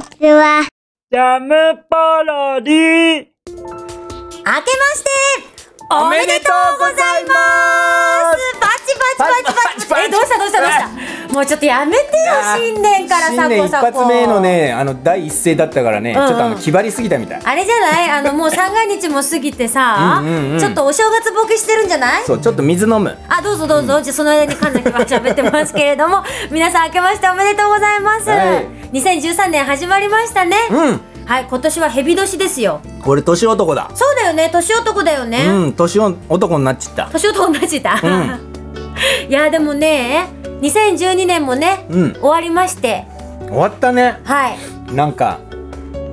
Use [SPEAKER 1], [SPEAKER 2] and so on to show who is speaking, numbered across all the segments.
[SPEAKER 1] ちは。
[SPEAKER 2] ジャムパロディ
[SPEAKER 3] 明けましておめでとうございますバチバチバチバチ
[SPEAKER 4] バチバチバチ
[SPEAKER 3] え、どうしたどうしたどうしたもうちょっとやめてよ、新年から
[SPEAKER 4] 新
[SPEAKER 3] サ
[SPEAKER 4] 年
[SPEAKER 3] コ
[SPEAKER 4] 一
[SPEAKER 3] サコ
[SPEAKER 4] 発目のねあの第一声だったからね、
[SPEAKER 3] んうん
[SPEAKER 4] ちょっとあの気張りすぎたみたい
[SPEAKER 3] あれじゃないあの、もう三が日も過ぎてさ
[SPEAKER 4] うんうんうん
[SPEAKER 3] ちょっとお正月ボケしてるんじゃない
[SPEAKER 4] そうちょっと水飲む
[SPEAKER 3] あ、どうぞどうぞ、じゃあその間に神崎は喋ってますけれども皆さん明けましておめでとうございます、
[SPEAKER 4] はい
[SPEAKER 3] 2013年始まりましたね、
[SPEAKER 4] う
[SPEAKER 3] はい、今年は蛇年ですよ
[SPEAKER 4] 俺年男だ
[SPEAKER 3] そうだよね、年男だよね、
[SPEAKER 4] うん年男になっちった
[SPEAKER 3] 年男同じだ、 いやでもね2012年もね、
[SPEAKER 4] うん
[SPEAKER 3] 終わりまして
[SPEAKER 4] 終わったね
[SPEAKER 3] はい
[SPEAKER 4] なんか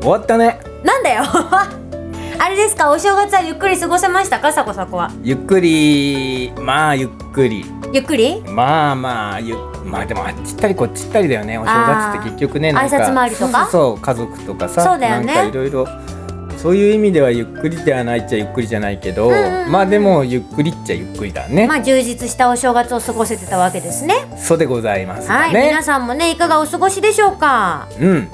[SPEAKER 4] 終わったね
[SPEAKER 3] なんだよ あれですかお正月はゆっくり過ごせましたかさこさこは
[SPEAKER 4] ゆっくりまあゆっくり
[SPEAKER 3] ゆっくり
[SPEAKER 4] まあまあゆまあでもあっち行ったりこっち行ったりだよねお正月って結局ね
[SPEAKER 3] あー
[SPEAKER 4] なんか
[SPEAKER 3] 挨拶回りとか
[SPEAKER 4] そうそうそう家族とかさ
[SPEAKER 3] そうだよね
[SPEAKER 4] なんかいろいろそういう意味ではゆっくりではないっちゃゆっくりじゃないけど、
[SPEAKER 3] んうんうん
[SPEAKER 4] まあでもゆっくりっちゃゆっくりだね、
[SPEAKER 3] まあ充実したお正月を過ごせてたわけですね
[SPEAKER 4] そうでございます
[SPEAKER 3] は
[SPEAKER 4] が
[SPEAKER 3] い、
[SPEAKER 4] ね、
[SPEAKER 3] 皆さんもねいかがお過ごしでしょうか
[SPEAKER 4] うん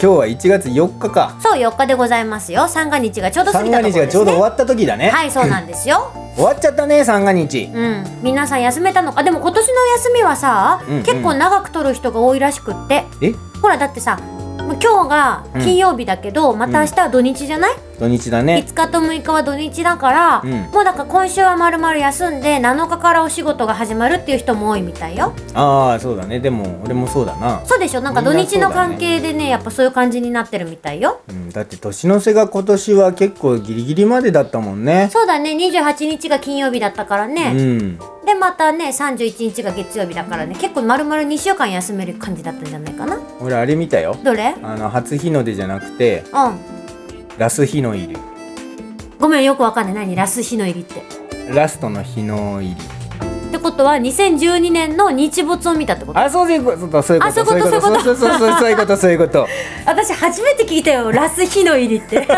[SPEAKER 4] 今日は1月4日か
[SPEAKER 3] そう4日でございますよ三が日がちょうど過ぎ
[SPEAKER 4] 三
[SPEAKER 3] た
[SPEAKER 4] が
[SPEAKER 3] とこ
[SPEAKER 4] 日
[SPEAKER 3] ろ
[SPEAKER 4] が
[SPEAKER 3] で
[SPEAKER 4] ちょ
[SPEAKER 3] す
[SPEAKER 4] うど終
[SPEAKER 3] ね
[SPEAKER 4] わった時だね、
[SPEAKER 3] はいそうなんですよ
[SPEAKER 4] 終わっちゃったね三が日
[SPEAKER 3] うん皆さん休めたのかでも今年の休みはさ、
[SPEAKER 4] うんうん
[SPEAKER 3] 結構長く取る人が多いらしくって
[SPEAKER 4] え
[SPEAKER 3] ほらだってさもう今日が金曜日だけど、また明日は土日じゃない、
[SPEAKER 4] 土日だね
[SPEAKER 3] 5日と6日は土日だから、
[SPEAKER 4] うん
[SPEAKER 3] もうだから今週はまるまる休んで7日からお仕事が始まるっていう人も多いみたいよ
[SPEAKER 4] ああそうだねでも俺もそうだな、
[SPEAKER 3] そうでしょなんか土日の関係でねやっぱそういう感じになってるみたいよ
[SPEAKER 4] うん、だって年の瀬が今年は結構ギリギリまでだったもんね
[SPEAKER 3] そうだね28日が金曜日だったから
[SPEAKER 4] う
[SPEAKER 3] ね、
[SPEAKER 4] ん
[SPEAKER 3] でまたね31日が月曜日だからね結構まるまる2週間休める感じだったんじゃないかな
[SPEAKER 4] 俺あれ見たよ
[SPEAKER 3] どれ
[SPEAKER 4] あの初日の出じゃなくて
[SPEAKER 3] うん
[SPEAKER 4] ラス日の入り
[SPEAKER 3] ごめんよくわかんない何ラス日の入りって
[SPEAKER 4] ラストの日の入り
[SPEAKER 3] ってことは2012年の日没を見たってこと
[SPEAKER 4] あそういうことそういうこと
[SPEAKER 3] あそういうこと
[SPEAKER 4] そうそうそうそうそういうことそういうこと
[SPEAKER 3] 私初めて聞いたよラス日の入りって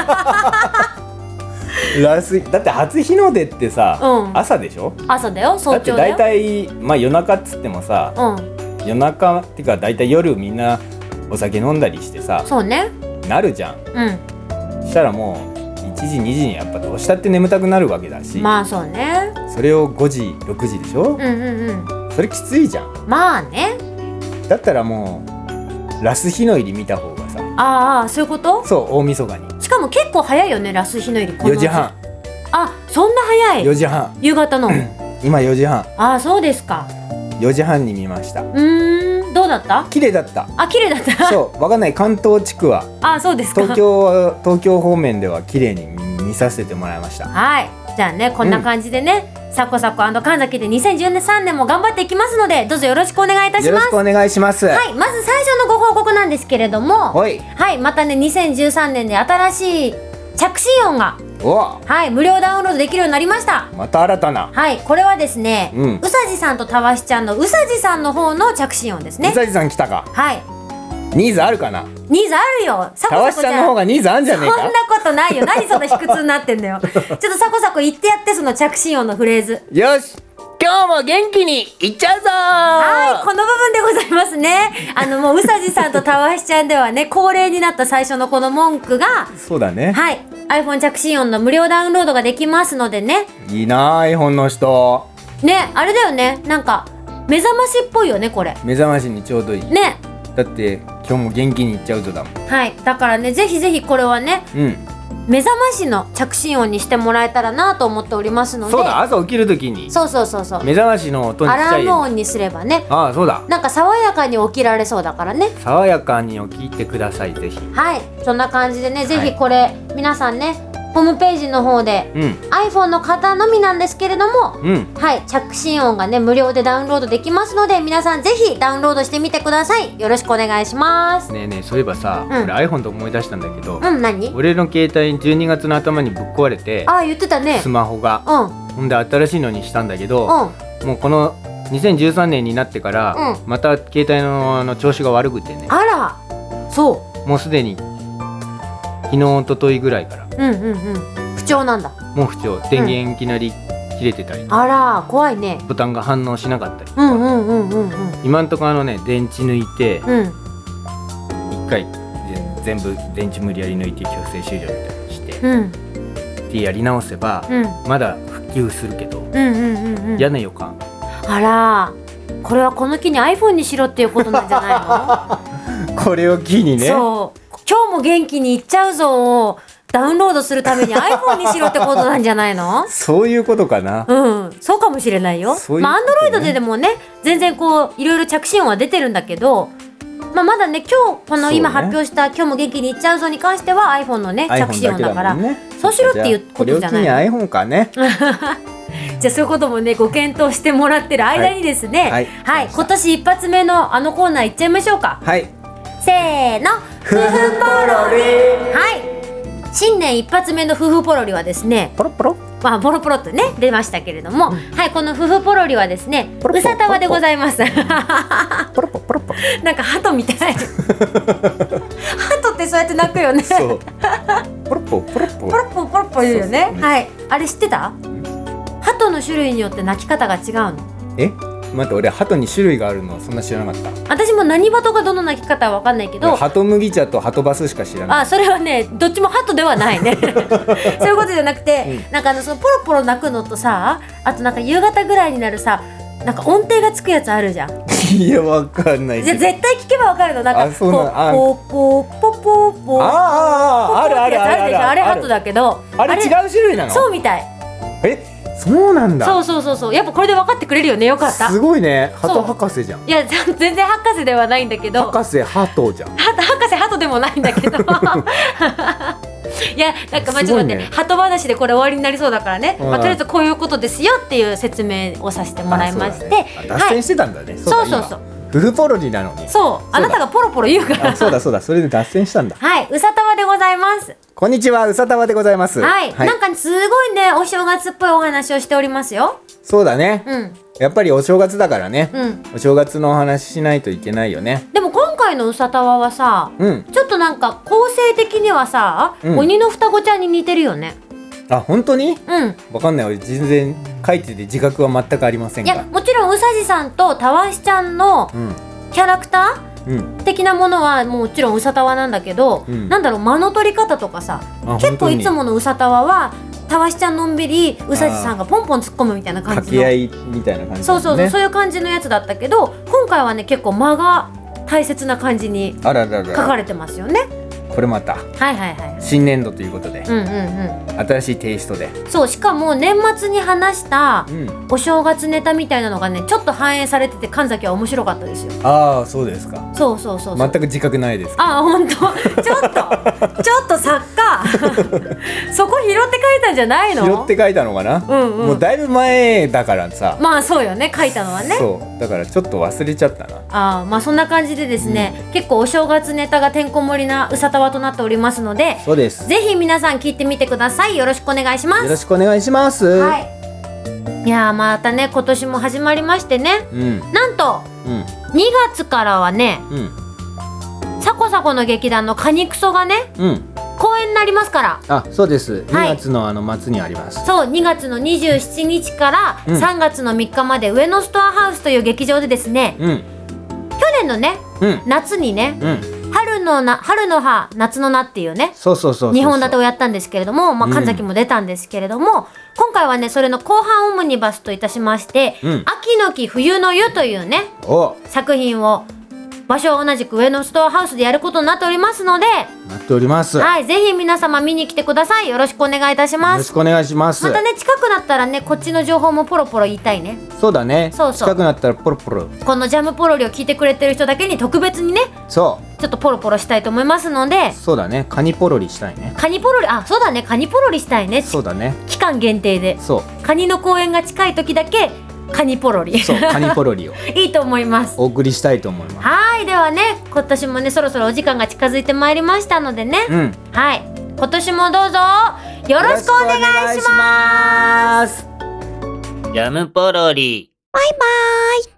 [SPEAKER 4] ラスだって初日の出ってさ、
[SPEAKER 3] うん
[SPEAKER 4] 朝でしょ
[SPEAKER 3] 朝だよ
[SPEAKER 4] だ
[SPEAKER 3] 早
[SPEAKER 4] って
[SPEAKER 3] 朝だ
[SPEAKER 4] 大
[SPEAKER 3] よ
[SPEAKER 4] 体まあ夜中っつってもさ
[SPEAKER 3] うん
[SPEAKER 4] 夜中っていうか大体夜みんなお酒飲んだりしてさ
[SPEAKER 3] そうね
[SPEAKER 4] なるじゃん
[SPEAKER 3] う
[SPEAKER 4] したらもう1時2時にやっぱどうしたって眠たくなるわけだし、
[SPEAKER 3] んまあそうね
[SPEAKER 4] それを5時6時でしょ
[SPEAKER 3] う、んうんう
[SPEAKER 4] それきついじゃん
[SPEAKER 3] んまあね
[SPEAKER 4] だったらもうラス日の入り見た方がさ
[SPEAKER 3] ああそういうこと
[SPEAKER 4] そう大晦日に
[SPEAKER 3] しかも結構早いよねラス日の入りこの
[SPEAKER 4] 4時半
[SPEAKER 3] あそんな早
[SPEAKER 4] 4
[SPEAKER 3] い
[SPEAKER 4] 時半
[SPEAKER 3] 夕方 の
[SPEAKER 4] 今4時半
[SPEAKER 3] ああそうですか
[SPEAKER 4] 4時半に見ました
[SPEAKER 3] うーんどうだった
[SPEAKER 4] 綺麗 だった
[SPEAKER 3] あ綺麗だった
[SPEAKER 4] そうわかんない関東地区は
[SPEAKER 3] ああそうですか
[SPEAKER 4] 東京は東京方面では綺麗に見見させてもらいました
[SPEAKER 3] はい。じゃあね、こんな感じでね、サコサコ神崎で2013年も頑張っていきますので、どうぞよろしくお願いいたし
[SPEAKER 4] よろ
[SPEAKER 3] ま
[SPEAKER 4] し
[SPEAKER 3] す。
[SPEAKER 4] くお願いしますは
[SPEAKER 3] はい、まず最初のご報告なんですけれども、
[SPEAKER 4] はい
[SPEAKER 3] またね、2013年で新しい着信音が、
[SPEAKER 4] お
[SPEAKER 3] はい、無料ダウンロードできるようになりました。
[SPEAKER 4] また新たな
[SPEAKER 3] はい、これはですね、
[SPEAKER 4] うん
[SPEAKER 3] うさじさんとたわしちゃんのうさじさんの方の着信音です
[SPEAKER 4] う
[SPEAKER 3] ね。
[SPEAKER 4] さじさん来たか
[SPEAKER 3] はい。
[SPEAKER 4] ニーズあるかな
[SPEAKER 3] ニーズあるよ。サコ
[SPEAKER 4] たわ
[SPEAKER 3] サ
[SPEAKER 4] し
[SPEAKER 3] コ
[SPEAKER 4] ち
[SPEAKER 3] ちゃん
[SPEAKER 4] ゃんの方がニーズあるんじゃ
[SPEAKER 3] そ
[SPEAKER 4] ね
[SPEAKER 3] ん
[SPEAKER 4] え
[SPEAKER 3] な
[SPEAKER 4] か
[SPEAKER 3] ことないよ。何そんな卑屈になってんだ よ。ちょっとサコサコ言ってやって、その着信音のフレーズ。
[SPEAKER 4] よし今日も元気にいっちゃうぞ
[SPEAKER 3] はい、この部分でございますね。あの、もう、うさじさんとたわしちゃんではね、恒例になった最初のこの文句が、
[SPEAKER 4] そうだね
[SPEAKER 3] はい、iPhone 着信音の無料ダウンロードができますのでね。
[SPEAKER 4] いいな iPhone の人
[SPEAKER 3] ね、あれだよね。なんか、目覚ましっぽいよね、これ。
[SPEAKER 4] 目覚ましにちょうどいい
[SPEAKER 3] ね。
[SPEAKER 4] だって今日も元気にいっちゃうぞだもん
[SPEAKER 3] はい。だからね、ぜひぜひこれはね、
[SPEAKER 4] うん
[SPEAKER 3] 目覚ましの着信音にしてもらえたらなと思っておりますので。
[SPEAKER 4] そうだ朝起きるときに
[SPEAKER 3] そうそうそうそう。
[SPEAKER 4] 目覚ましの音にし
[SPEAKER 3] ア
[SPEAKER 4] ちゃ
[SPEAKER 3] ラ
[SPEAKER 4] え
[SPEAKER 3] ーム音にすればね。
[SPEAKER 4] ああそうだ
[SPEAKER 3] なんか爽やかに起きられそうだからね。
[SPEAKER 4] 爽やかに起きてくださいぜひ
[SPEAKER 3] はい、そんな感じでね、ぜひこれ、皆さんね、ホームページの方で、
[SPEAKER 4] うん
[SPEAKER 3] iPhone の方のみなんですけれども、
[SPEAKER 4] うん
[SPEAKER 3] はい、着信音がね、無料でダウンロードできますので、皆さんぜひダウンロードしてみてください。よろしくお願いします。
[SPEAKER 4] ねえねえそういえばさ、
[SPEAKER 3] うん
[SPEAKER 4] 俺 iPhone と思い出したんだけど、
[SPEAKER 3] うん、何
[SPEAKER 4] 俺の携帯12月の頭にぶっ壊れて
[SPEAKER 3] ああ、言ってたね
[SPEAKER 4] ス。マホが
[SPEAKER 3] うん、うん、
[SPEAKER 4] ほんで新しいのにしたんだけど、
[SPEAKER 3] あ
[SPEAKER 4] もうこの2013年になってから、
[SPEAKER 3] う
[SPEAKER 4] また携帯のあの調子が悪くてね
[SPEAKER 3] ら、そ
[SPEAKER 4] もうすでに昨日一昨日ぐらいから
[SPEAKER 3] う、うんうんうん、不調なんだ。
[SPEAKER 4] もう不調電源いきなり切れてたり、
[SPEAKER 3] あら、怖いね。
[SPEAKER 4] ボタンが反応しなかったり
[SPEAKER 3] うんうんうんうんうん。
[SPEAKER 4] 今んとこあのね電池抜いて
[SPEAKER 3] うん、
[SPEAKER 4] 1回で全部電池無理やり抜いて強制終了みたいにして、
[SPEAKER 3] うん
[SPEAKER 4] ってやり直せば、
[SPEAKER 3] うん
[SPEAKER 4] まだ復旧するけど、
[SPEAKER 3] うんうんうんうん
[SPEAKER 4] 嫌な予感
[SPEAKER 3] あらこれはこの機に iPhone にしろっていうことなんじゃない
[SPEAKER 4] これを機に
[SPEAKER 3] の、
[SPEAKER 4] ね
[SPEAKER 3] そう今日も元気にいっちゃうぞをダウンロードするために iPhone にしろってことなんじゃないの
[SPEAKER 4] そういうことかな、
[SPEAKER 3] うん、そうかもしれないよ。
[SPEAKER 4] そういう
[SPEAKER 3] まあ、アンド
[SPEAKER 4] こ
[SPEAKER 3] ロイ
[SPEAKER 4] とね
[SPEAKER 3] ドででもね、全然こう、いろいろ着信音は出てるんだけど、まあ、まだね、今日、こ
[SPEAKER 4] そう
[SPEAKER 3] の
[SPEAKER 4] ね
[SPEAKER 3] 今発表した、今日も元気にいっちゃうぞに関しては、iPhone のね、着
[SPEAKER 4] iPhone
[SPEAKER 3] 信
[SPEAKER 4] だ
[SPEAKER 3] 音
[SPEAKER 4] け
[SPEAKER 3] だか
[SPEAKER 4] だ
[SPEAKER 3] ら。
[SPEAKER 4] もんね
[SPEAKER 3] そうしろっていうことじゃない
[SPEAKER 4] じゃあこれを機に iPhone かね
[SPEAKER 3] じゃあ、そういうこともね、ご検討してもらってる間にですね、はい、
[SPEAKER 4] はいはい
[SPEAKER 3] 今年一発目のあのコーナーいっちゃいましょうか。
[SPEAKER 4] はい
[SPEAKER 3] せーの、ふふぽろりはい。新年一発目の夫婦ポロリはですね、
[SPEAKER 4] ポロポロ
[SPEAKER 3] まあ、ボロポロってね出ましたけれども、はいこの「夫婦ポロリ」はですね
[SPEAKER 4] ポロポロ
[SPEAKER 3] うさたまでございます
[SPEAKER 4] ポロポロポロポロ
[SPEAKER 3] なんか鳩みたい鳩ってそうやって鳴くよね
[SPEAKER 4] そうポロポロポ
[SPEAKER 3] ポ
[SPEAKER 4] ロポロ
[SPEAKER 3] ロポロポロポロ言うよね
[SPEAKER 4] そうそう
[SPEAKER 3] はいあれ知ってた鳩の種類によって鳴き方が違うの
[SPEAKER 4] え待って俺鳩に種類があるのそんな知らなかった
[SPEAKER 3] 私も何鳩がどの鳴き方は分かんないけ
[SPEAKER 4] 俺
[SPEAKER 3] ど
[SPEAKER 4] 鳩麦茶と鳩バスしか知らない
[SPEAKER 3] あそれはねどっちも鳩ではないねそういうことじゃなくて、なんかあのそのポロポロ鳴くのとさあとなんか夕方ぐらいになるさなんか音程がつくやつあるじゃん
[SPEAKER 4] いやわかんない
[SPEAKER 3] じゃ
[SPEAKER 4] け
[SPEAKER 3] あ
[SPEAKER 4] ど
[SPEAKER 3] 絶対聞けばわかるのなんか
[SPEAKER 4] あそうなんあ
[SPEAKER 3] こうこうポポポポ
[SPEAKER 4] あああああるあるある
[SPEAKER 3] でしょあれハト
[SPEAKER 4] だ
[SPEAKER 3] だけど
[SPEAKER 4] あれ違う種類なの
[SPEAKER 3] そうみたい
[SPEAKER 4] えそうなんだ
[SPEAKER 3] そうそうそうそうやっぱこれで分かってくれるよねよかった
[SPEAKER 4] すごいね
[SPEAKER 3] そ
[SPEAKER 4] 鳩
[SPEAKER 3] う
[SPEAKER 4] 博士じゃん
[SPEAKER 3] いや 全然博士ではないんだけど
[SPEAKER 4] 博士鳩じゃん
[SPEAKER 3] ハト博士ハトでもないんだ けどいやなんかまあちょっと待っ
[SPEAKER 4] すごい
[SPEAKER 3] て、
[SPEAKER 4] ね
[SPEAKER 3] ハト話でこれ終わりになりそうだからね、
[SPEAKER 4] うん
[SPEAKER 3] まあ、とりあえずこういうことですよっていう説明をさせてもらいまして、
[SPEAKER 4] あそうだねあ脱
[SPEAKER 3] はい
[SPEAKER 4] 線してたんだね
[SPEAKER 3] そうそ
[SPEAKER 4] だ
[SPEAKER 3] うそう
[SPEAKER 4] 今夫婦ポロリなのに
[SPEAKER 3] そうあなたがポロポロ言うから
[SPEAKER 4] あそうだそうだそれで脱線したんだ
[SPEAKER 3] はいうさたまでございます
[SPEAKER 4] こんにちはうさたわでございます
[SPEAKER 3] はい、なんかすごいねお正月っぽいお話をしておりますよ
[SPEAKER 4] そうだね
[SPEAKER 3] うん
[SPEAKER 4] やっぱりお正月だからね、
[SPEAKER 3] うん
[SPEAKER 4] お正月のお話ししないといけないよね
[SPEAKER 3] でも今回のうさたわはさ、
[SPEAKER 4] うん
[SPEAKER 3] ちょっとなんか構成的にはさ、
[SPEAKER 4] うん
[SPEAKER 3] 鬼の双子ちゃんに似てるよね
[SPEAKER 4] あ本当
[SPEAKER 3] う
[SPEAKER 4] に
[SPEAKER 3] ん
[SPEAKER 4] わかんない俺全然書いてて自覚は全くありません
[SPEAKER 3] いや
[SPEAKER 4] が
[SPEAKER 3] もちろんうさじさんとたわしちゃんの
[SPEAKER 4] うん
[SPEAKER 3] キャラクタ
[SPEAKER 4] うん
[SPEAKER 3] ー的なものはもちろんうさたわなんだけど、
[SPEAKER 4] うん
[SPEAKER 3] なんだろう間の取り方とかさ
[SPEAKER 4] あ
[SPEAKER 3] 結
[SPEAKER 4] 本当
[SPEAKER 3] 構
[SPEAKER 4] に
[SPEAKER 3] いつものうさたわはたわしちゃんのんびりうさじさんがポンポン突っ込むみたいな感
[SPEAKER 4] 掛
[SPEAKER 3] じの
[SPEAKER 4] け合いみたいな感じ
[SPEAKER 3] そうそうそう、
[SPEAKER 4] ね
[SPEAKER 3] そういう感じのやつだったけど今回はね結構間が大切な感じに
[SPEAKER 4] あららら
[SPEAKER 3] 書かれてますよね
[SPEAKER 4] これまた
[SPEAKER 3] はいはいはい
[SPEAKER 4] 新年度ということで、
[SPEAKER 3] うんうん
[SPEAKER 4] 新しいテイストで
[SPEAKER 3] うんそうしかも年末に話した
[SPEAKER 4] うん
[SPEAKER 3] お正月ネタみたいなのがねちょっと反映されてて神崎は面白かったですよ
[SPEAKER 4] ああそうですか
[SPEAKER 3] そうそうそうそう、
[SPEAKER 4] 全く自覚ないです
[SPEAKER 3] あ本当 ちょっとちょっと作家 そこ拾って書いたんじゃないの
[SPEAKER 4] 拾って書いたのかな、
[SPEAKER 3] うんうん
[SPEAKER 4] もうだいぶ前だからさ、
[SPEAKER 3] まあそうよね書いたのはね
[SPEAKER 4] そうだからちょっと忘れちゃったな
[SPEAKER 3] あーまあそんな感じでですね、結構お正月ネタがてんこ盛りなうさたわとなっておりますので
[SPEAKER 4] そうです
[SPEAKER 3] ぜひ皆さん聞いてみてくださいよろしくお願いします
[SPEAKER 4] よろしくお願いします、
[SPEAKER 3] はい。いやーまたね今年も始まりましてね。
[SPEAKER 4] うん
[SPEAKER 3] なんと
[SPEAKER 4] うん
[SPEAKER 3] 2月からはね
[SPEAKER 4] うん
[SPEAKER 3] サコサコの劇団のカニクソがね
[SPEAKER 4] うん
[SPEAKER 3] 公演になりますから。
[SPEAKER 4] あ、そうです。2
[SPEAKER 3] はい
[SPEAKER 4] 月のあの末にあります。
[SPEAKER 3] そう2月の27日から
[SPEAKER 4] うん
[SPEAKER 3] 3月の3日まで上野ストアハウスという劇場でですね、
[SPEAKER 4] うん、
[SPEAKER 3] 去年のね
[SPEAKER 4] うん、
[SPEAKER 3] 夏にね
[SPEAKER 4] うん。
[SPEAKER 3] 春のな春の葉夏の菜っていうね
[SPEAKER 4] そうそうそうそう。
[SPEAKER 3] 2本立てをやったんですけれども、まあ、
[SPEAKER 4] うん
[SPEAKER 3] 神崎も出たんですけれども、今回はねそれの後半オムニバスといたしまして「
[SPEAKER 4] うん
[SPEAKER 3] 秋の木冬の湯」というね
[SPEAKER 4] お、
[SPEAKER 3] 作品を場所は同じく上野ストアハウスでやることになっておりますので、
[SPEAKER 4] なっております。よ
[SPEAKER 3] はい、ぜひ皆様見に来てくださいよろしくお願いいたしま
[SPEAKER 4] ろし
[SPEAKER 3] す
[SPEAKER 4] くお願いします。
[SPEAKER 3] またね近くなったらねこっちの情報もポロポロ言いたいね
[SPEAKER 4] そうだね。
[SPEAKER 3] そうそう
[SPEAKER 4] 近くなったらポロポロ。
[SPEAKER 3] このジャムポロリを聞いてくれてる人だけに特別にね
[SPEAKER 4] そ
[SPEAKER 3] ちょっとポロポロしたいと思いますので
[SPEAKER 4] う、そうだね。カニポロリしたいね。
[SPEAKER 3] カニポロリあそうだねカニポロリしたいね
[SPEAKER 4] そうだね。
[SPEAKER 3] 期間限定で
[SPEAKER 4] そ
[SPEAKER 3] カニの公演が近い時だけカニポロリ
[SPEAKER 4] う、そう、カニポロリを
[SPEAKER 3] いいと思います
[SPEAKER 4] お送りしたいと思います。
[SPEAKER 3] はいではね今年もねそろそろお時間が近づいてまいりましたのでね、
[SPEAKER 4] うん。
[SPEAKER 3] はい今年もどうぞよろしくお願いします
[SPEAKER 4] いします。
[SPEAKER 2] ジャムポロリ。
[SPEAKER 1] バイバイ